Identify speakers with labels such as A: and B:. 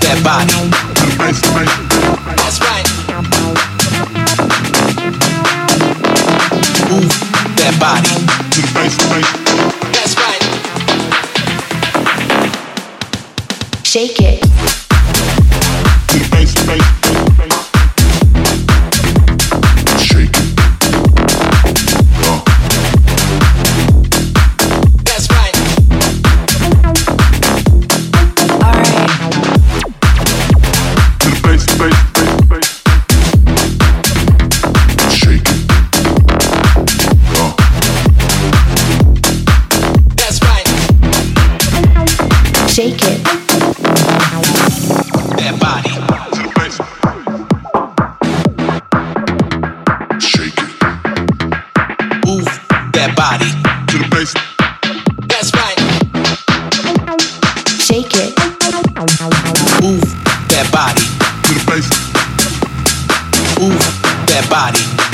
A: black body. That's right. Move that body. That's right.
B: Shake it.
C: Shake it. Uh,
A: That's right.
B: All right.
C: shake it. Uh,
A: That's right.
B: Shake it.
A: That body.
C: shake it.
A: Move that body. That's right.
B: Shake it.
A: Move that body. Move that body.